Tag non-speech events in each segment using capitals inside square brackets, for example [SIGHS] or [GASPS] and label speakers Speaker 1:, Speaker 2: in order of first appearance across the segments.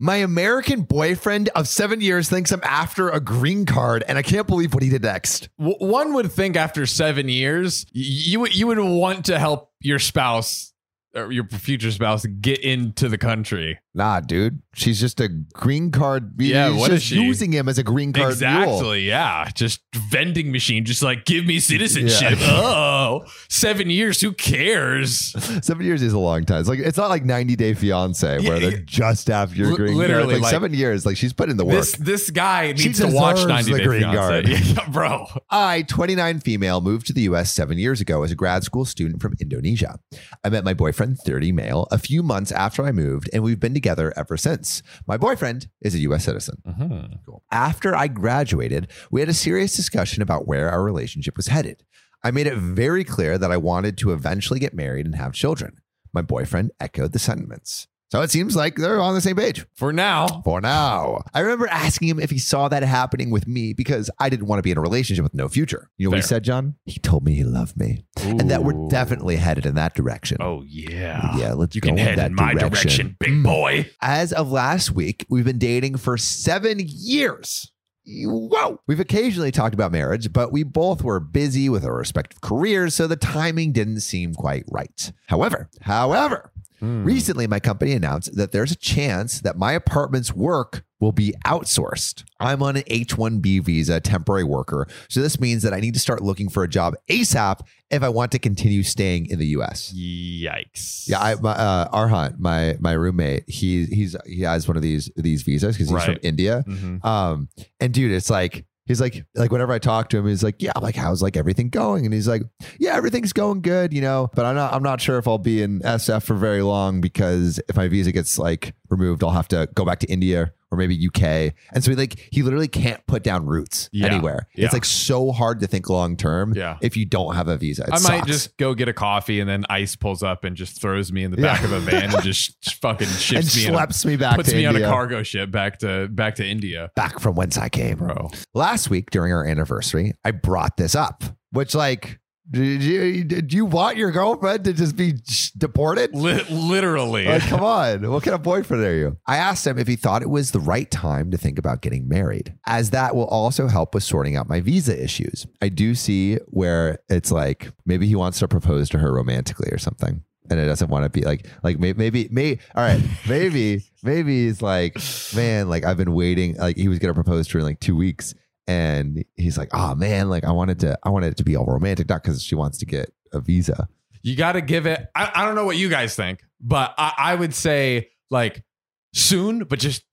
Speaker 1: My American boyfriend of seven years thinks I'm after a green card, and I can't believe what he did next.
Speaker 2: W- one would think after seven years, y- you would you would want to help your spouse or your future spouse get into the country.
Speaker 1: Nah, dude, she's just a green card.
Speaker 2: Yeah,
Speaker 1: he's
Speaker 2: what
Speaker 1: just
Speaker 2: is she?
Speaker 1: using him as a green card.
Speaker 2: exactly.
Speaker 1: mule.
Speaker 2: Yeah. Just vending machine. Just like give me citizenship.
Speaker 1: Yeah. [LAUGHS]
Speaker 2: Oh, seven years. Who cares?
Speaker 1: Seven years is a long time. It's like it's not like 90 Day Fiance where
Speaker 2: Yeah,
Speaker 1: they're just after your
Speaker 2: Li-
Speaker 1: green card.
Speaker 2: literally,
Speaker 1: Like,
Speaker 2: like-
Speaker 1: seven years, like she's put in the work.
Speaker 2: This this guy
Speaker 1: She
Speaker 2: needs to watch
Speaker 1: deserves
Speaker 2: 90
Speaker 1: the
Speaker 2: Day
Speaker 1: green
Speaker 2: Fiancé.
Speaker 1: card.
Speaker 2: [LAUGHS] Yeah, bro.
Speaker 1: I, 29 female, moved to the US seven years ago as a grad school student from Indonesia. I met my boyfriend, 30 male, a few months after I moved, and we've been together ever since. My boyfriend is a US citizen. Mm-hmm. After I graduated, we had a serious discussion about where our relationship was headed. I made it very clear that I wanted to eventually get married and have children. My boyfriend echoed the sentiments. So it seems like they're on the same page
Speaker 2: For now.
Speaker 1: for now. I remember asking him if he saw that happening with me because I didn't want to be in a relationship with no future. You know what he
Speaker 2: Fair.
Speaker 1: said, John? He told me he loved me and that we're
Speaker 2: Ooh.
Speaker 1: definitely headed in that direction.
Speaker 2: Oh yeah.
Speaker 1: Yeah, let's
Speaker 2: You
Speaker 1: go
Speaker 2: can
Speaker 1: in
Speaker 2: head
Speaker 1: that
Speaker 2: in my
Speaker 1: direction. Mm.
Speaker 2: direction, big boy.
Speaker 1: As of last week, we've been dating for seven years. Whoa. We've occasionally talked about marriage, but we both were busy with our respective careers, so the timing didn't seem quite right. However, however,
Speaker 2: Hmm.
Speaker 1: Recently, my company announced that there's a chance that my apartment's work will be outsourced. I'm on an H 1B visa, temporary worker. So this means that I need to start looking for a job ASAP if I want to continue staying in the US.
Speaker 2: Yikes.
Speaker 1: Yeah, I, my, uh, Arhan, my my roommate, he he's he has one of these these visas because he's from
Speaker 2: Right.
Speaker 1: India.
Speaker 2: Mhm.
Speaker 1: Um, and dude, it's like he's like like whenever I talk to him, he's like, yeah, like how's like everything going? And he's like, yeah, everything's going good, you know. But I'm not I'm not sure if I'll be in SF for very long because if my visa gets like removed, I'll have to go back to India or maybe UK. And so he like he literally can't put down roots
Speaker 2: Yeah.
Speaker 1: anywhere.
Speaker 2: Yeah.
Speaker 1: It's like so hard to think long term
Speaker 2: Yeah.
Speaker 1: if you don't have a visa. It
Speaker 2: I might
Speaker 1: sucks.
Speaker 2: just go get a coffee and then ICE pulls up and just throws me in the
Speaker 1: Yeah.
Speaker 2: back of a van
Speaker 1: [LAUGHS]
Speaker 2: and just fucking
Speaker 1: and
Speaker 2: ships me in a-
Speaker 1: slaps me back
Speaker 2: puts
Speaker 1: to
Speaker 2: me
Speaker 1: India.
Speaker 2: on a cargo ship back to back to India.
Speaker 1: Back from whence I came,
Speaker 2: Bro.
Speaker 1: last week during our anniversary, I brought this up, which like, did you, did you want your girlfriend to just be sh- deported?
Speaker 2: Li- literally.
Speaker 1: Like, come on, what kind of boyfriend are you? I asked him if he thought it was the right time to think about getting married, as that will also help with sorting out my visa issues. I do see where it's like maybe he wants to propose to her romantically or something. And it doesn't want to be like, like maybe, maybe, may, all right, maybe, maybe he's like, man, like I've been waiting. Like he was gonna propose to her in like two weeks, and he's like, oh man, like I wanted to, I wanted it to be all romantic, not because she wants to get a visa.
Speaker 2: You got to give it. I, I don't know what you guys think, but I, I would say like soon, but just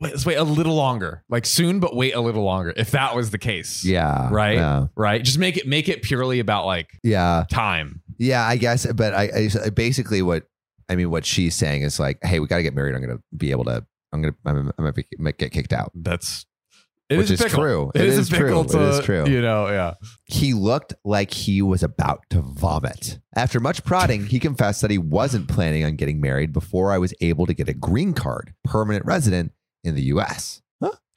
Speaker 2: wait, let's wait a little longer. Like soon, but wait a little longer. If that was the case,
Speaker 1: Yeah,
Speaker 2: Right.
Speaker 1: Yeah.
Speaker 2: right. Just make it make it purely about like
Speaker 1: yeah.
Speaker 2: time.
Speaker 1: Yeah, I guess, but I, I basically what I mean, what she's saying is like, hey, we got to get married. I'm gonna be able to. I'm gonna. I'm, I'm gonna be, might get kicked out,
Speaker 2: That's it
Speaker 1: which is
Speaker 2: is a pickle.
Speaker 1: true.
Speaker 2: It is, a
Speaker 1: true.
Speaker 2: pickle to
Speaker 1: it is true.
Speaker 2: you know. Yeah.
Speaker 1: He looked like he was about to vomit. After much prodding, he confessed that he wasn't planning on getting married before I was able to get a green card, permanent resident in the U.S.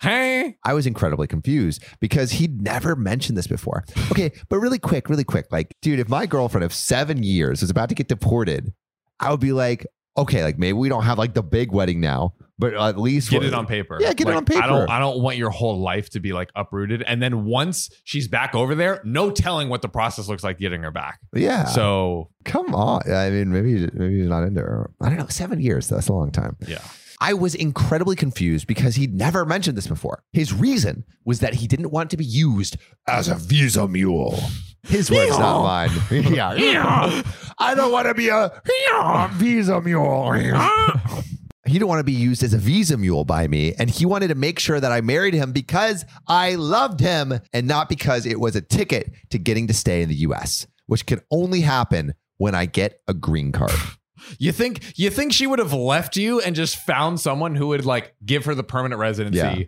Speaker 2: Hey.
Speaker 1: I was incredibly confused because he'd never mentioned this before. Okay, but really quick, really quick, like, dude, if my girlfriend of seven years was about to get deported, I would be like, okay, like maybe we don't have like the big wedding now, but at least
Speaker 2: Get
Speaker 1: we're-
Speaker 2: it on paper.
Speaker 1: Yeah, get it
Speaker 2: Like,
Speaker 1: on paper.
Speaker 2: I don't. I don't want your whole life to be like uprooted. And then once she's back over there, no telling what the process looks like getting her back.
Speaker 1: Yeah,
Speaker 2: So [LAUGHS]
Speaker 1: come on. I mean, maybe maybe he's not into her. I don't know. Seven years, that's a long time.
Speaker 2: yeah.
Speaker 1: I was incredibly confused because he'd never mentioned this before. His reason was that he didn't want to be used as a visa mule. His words, not mine. [LAUGHS] yeah. I don't want to be a visa mule. he didn't want to be used as a visa mule by me. And he wanted to make sure that I married him because I loved him and not because it was a ticket to getting to stay in the US, which can only happen when I get a green card.
Speaker 2: You think you think she would have left you and just found someone who would like give her the permanent residency
Speaker 1: Yeah.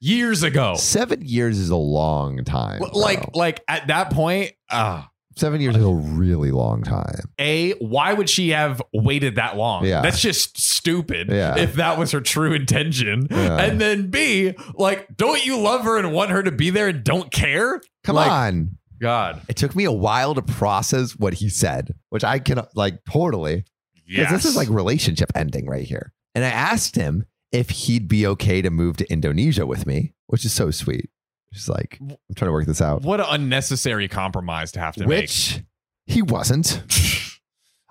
Speaker 2: years ago?
Speaker 1: Seven years is a long time.
Speaker 2: L-
Speaker 1: bro.
Speaker 2: Oh. Like like at that point, uh,
Speaker 1: seven years is a really long time.
Speaker 2: a why would she have waited that long?
Speaker 1: Yeah.
Speaker 2: that's just stupid.
Speaker 1: Yeah.
Speaker 2: If that was her true intention,
Speaker 1: Yeah.
Speaker 2: and then B, like, don't you love her and want her to be there and don't care?
Speaker 1: Come
Speaker 2: Like-
Speaker 1: on.
Speaker 2: God,
Speaker 1: It took me a while to process what he said, which I can like totally. Because
Speaker 2: yes,
Speaker 1: this is like relationship ending right here. And I asked him if he'd be okay to move to Indonesia with me, which is so sweet. She's like, I'm trying to work this out.
Speaker 2: What an unnecessary compromise to have to make.
Speaker 1: Which he
Speaker 2: [LAUGHS]
Speaker 1: wasn't.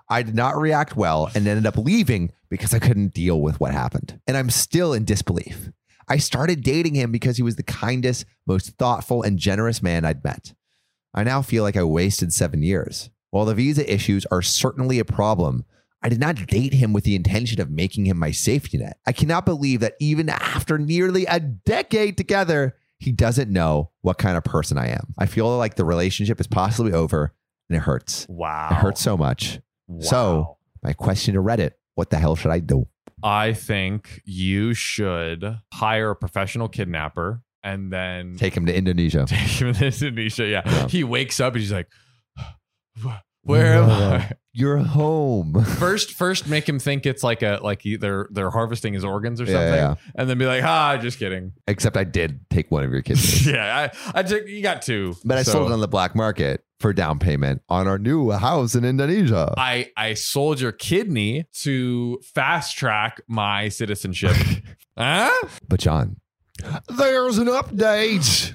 Speaker 1: I did not react well and ended up leaving because I couldn't deal with what happened. And I'm still in disbelief. I started dating him because he was the kindest, most thoughtful, and generous man I'd met. I now feel like I wasted seven years. While the visa issues are certainly a problem, I did not date him with the intention of making him my safety net. I cannot believe that even after nearly a decade together, he doesn't know what kind of person I am. I feel like the relationship is possibly over and it hurts.
Speaker 2: Wow.
Speaker 1: It hurts so much.
Speaker 2: Wow.
Speaker 1: So- My question to Reddit what the hell should I do?
Speaker 2: I think you should hire a professional kidnapper and then
Speaker 1: Take him to Indonesia.
Speaker 2: [LAUGHS] take him to Indonesia. Yeah.
Speaker 1: Yeah.
Speaker 2: He wakes up and he's like, where am I?
Speaker 1: You're home.
Speaker 2: [LAUGHS] First, first make him think it's like a like either they're harvesting his organs or
Speaker 1: Yeah,
Speaker 2: something,
Speaker 1: yeah.
Speaker 2: and then be like, "Ah, just kidding."
Speaker 1: Except I did take one of your
Speaker 2: [LAUGHS]
Speaker 1: kids.
Speaker 2: yeah, I, I took you got two,
Speaker 1: But I
Speaker 2: So
Speaker 1: sold it on the black market for down payment on our new house in Indonesia.
Speaker 2: I I sold your kidney to fast track
Speaker 1: [LAUGHS]
Speaker 2: my citizenship. huh?
Speaker 1: But John, there's an update.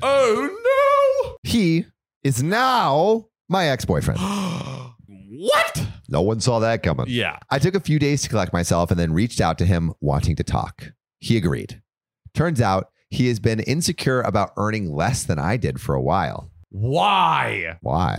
Speaker 2: Oh
Speaker 1: He is now my ex-boyfriend.
Speaker 2: no! [GASPS] what?
Speaker 1: No one saw that coming.
Speaker 2: Yeah.
Speaker 1: I took a few days to collect myself and then reached out to him wanting to talk. He agreed. Turns out he has been insecure about earning less than I did for a while.
Speaker 2: Why?
Speaker 1: Why?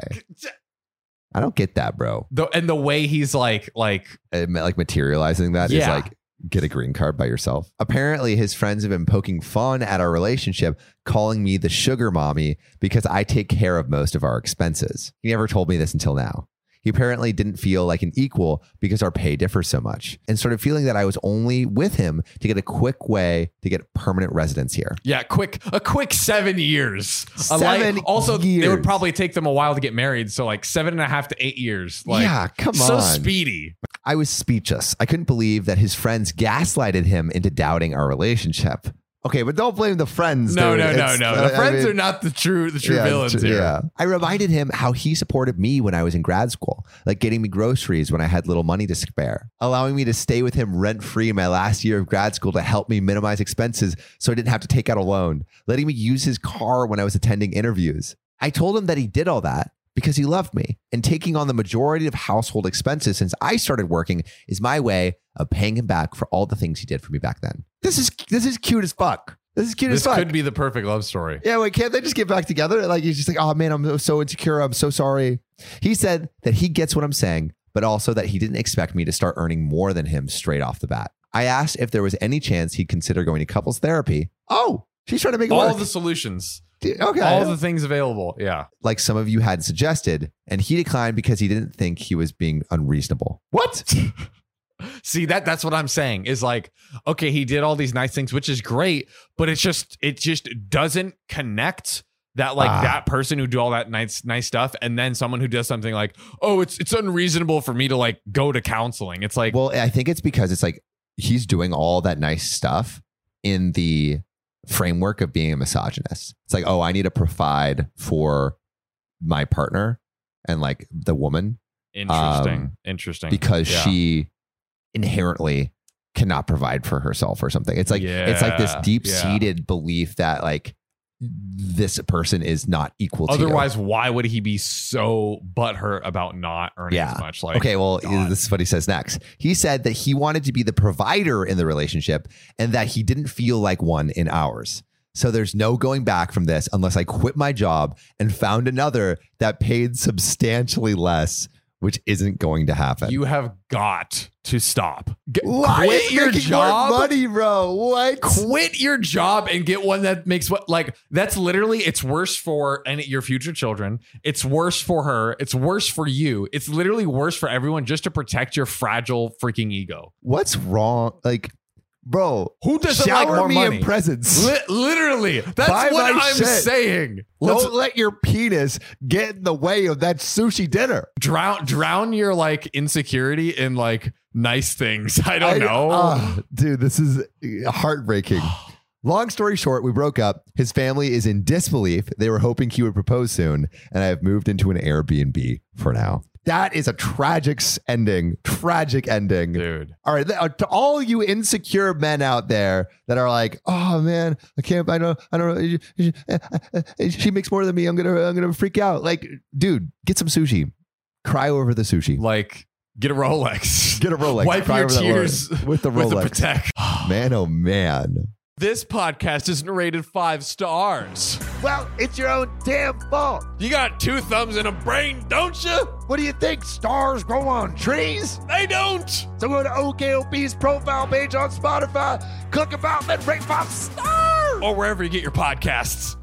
Speaker 1: I don't get that, bro.
Speaker 2: The, and the way he's like, like,
Speaker 1: It meant, uh, like materializing that is
Speaker 2: Yeah.
Speaker 1: like get a green card by yourself. Apparently, his friends have been poking fun at our relationship, calling me the sugar mommy because I take care of most of our expenses. He never told me this until now. He apparently didn't feel like an equal because our pay differs so much and started feeling that I was only with him to get a quick way to get permanent residence here.
Speaker 2: yeah, quick, a quick seven years. A
Speaker 1: Seven
Speaker 2: also, it
Speaker 1: years.
Speaker 2: would probably take them a while to get married. So, like, seven and a half to eight years. Like,
Speaker 1: yeah, come
Speaker 2: so
Speaker 1: on.
Speaker 2: speedy.
Speaker 1: I was speechless. I couldn't believe that his friends gaslighted him into doubting our relationship. Okay, but don't blame the friends.
Speaker 2: No,
Speaker 1: dude.
Speaker 2: no, no,
Speaker 1: It's-
Speaker 2: no.
Speaker 1: I-
Speaker 2: The
Speaker 1: I
Speaker 2: friends
Speaker 1: mean-
Speaker 2: are not the true, the true
Speaker 1: Yeah,
Speaker 2: villains
Speaker 1: tr-
Speaker 2: here.
Speaker 1: Yeah. I reminded him how he supported me when I was in grad school, like getting me groceries when I had little money to spare, allowing me to stay with him rent free my last year of grad school to help me minimize expenses so I didn't have to take out a loan, letting me use his car when I was attending interviews. I told him that he did all that because he loved me and taking on the majority of household expenses since I started working is my way of paying him back for all the things he did for me back then. This is this is cute as fuck. This is cute
Speaker 2: This
Speaker 1: as fuck.
Speaker 2: could be the perfect love story.
Speaker 1: Yeah, wait, can't they just get back together? Like he's just like, oh man, I'm so insecure. I'm so sorry. He said that he gets what I'm saying, but also that he didn't expect me to start earning more than him straight off the bat. I asked if there was any chance he'd consider going to couples therapy. Oh, she's trying to make it
Speaker 2: All
Speaker 1: work.
Speaker 2: the solutions,
Speaker 1: Dude, okay.
Speaker 2: all the things available. Yeah.
Speaker 1: like some of you had suggested, and he declined because he didn't think he was being unreasonable. What?
Speaker 2: [LAUGHS] See that that's what I'm saying is like okay he did all these nice things which is great but it's just it just doesn't connect that like
Speaker 1: Ah.
Speaker 2: that person who do all that nice nice stuff and then someone who does something like oh it's it's unreasonable for me to like go to counseling it's like
Speaker 1: Well, I think it's because it's like he's doing all that nice stuff in the framework of being a misogynist. It's like, oh, I need to provide for my partner and like the woman
Speaker 2: interesting
Speaker 1: um,
Speaker 2: interesting
Speaker 1: because
Speaker 2: Yeah.
Speaker 1: she inherently cannot provide for herself or something. It's like it's like this
Speaker 2: Yeah,
Speaker 1: deep seated belief that like this person is not equal to you.
Speaker 2: otherwise why would he be so butthurt about not earning as
Speaker 1: Yeah.
Speaker 2: much like
Speaker 1: okay, well,
Speaker 2: God.
Speaker 1: this is what he says next. He said that he wanted to be the provider in the relationship and that he didn't feel like one in ours. So there's no going back from this unless I quit my job and found another that paid substantially less, which isn't going to happen.
Speaker 2: you have got to stop G-
Speaker 1: Why are
Speaker 2: quit
Speaker 1: you
Speaker 2: your
Speaker 1: making more
Speaker 2: job
Speaker 1: money, bro. What?
Speaker 2: quit your job and get one that makes what like that's literally it's worse for and your future children it's worse for her it's worse for you it's literally worse for everyone just to protect your fragile freaking ego
Speaker 1: What's wrong? Like, bro,
Speaker 2: who doesn't
Speaker 1: shower
Speaker 2: like more
Speaker 1: me
Speaker 2: money
Speaker 1: in presents.
Speaker 2: Li- literally that's
Speaker 1: Buy
Speaker 2: what
Speaker 1: my
Speaker 2: i'm
Speaker 1: shit.
Speaker 2: saying let's
Speaker 1: Don't let your penis get in the way of that sushi dinner.
Speaker 2: drown drown your like insecurity in like nice things [LAUGHS] i don't know
Speaker 1: uh,
Speaker 2: [GASPS]
Speaker 1: ah, dude, this is uh, heartbreaking. Long story short, we broke up. His family is in disbelief. They were hoping he would propose soon, and I have moved into an Airbnb for now. That is a tragic s- ending. Tragic ending.
Speaker 2: Dude.
Speaker 1: All right, th- uh, to all you insecure men out there that are like, "Oh man, I can't. I don't. I don't. know. She makes more than me. I'm gonna. I'm gonna freak out." Like, dude, get some sushi. Cry over the sushi.
Speaker 2: Like, get a Rolex.
Speaker 1: Get a Rolex.
Speaker 2: Wipe
Speaker 1: Cry
Speaker 2: your
Speaker 1: over that
Speaker 2: tears
Speaker 1: Rolex. with the
Speaker 2: [LAUGHS] with the
Speaker 1: Rolex.
Speaker 2: Protect. [SIGHS]
Speaker 1: man, oh man.
Speaker 2: This podcast isn't rated five stars.
Speaker 1: Well, it's your own damn fault.
Speaker 2: You got two thumbs and a brain, don't you?
Speaker 1: What do you think? Stars grow on trees?
Speaker 2: They don't.
Speaker 1: So go to OKOP's profile page on Spotify, click about, then rate five stars.
Speaker 2: Or wherever you get your podcasts.